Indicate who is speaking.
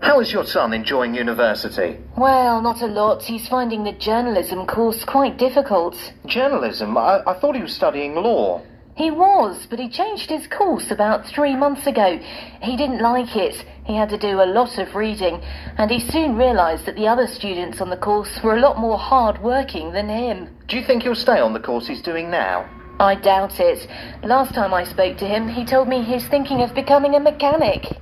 Speaker 1: How is your son enjoying university?
Speaker 2: Well, not a lot. He's finding the journalism course quite difficult.
Speaker 1: Journalism? I, I thought he was studying law.
Speaker 2: He was, but he changed his course about three months ago. He didn't like it. He had to do a lot of reading, and he soon realised that the other students on the course were a lot more hard working than him.
Speaker 1: Do you think he'll stay on the course he's doing now?
Speaker 2: I doubt it. Last time I spoke to him, he told me he's thinking of becoming a mechanic.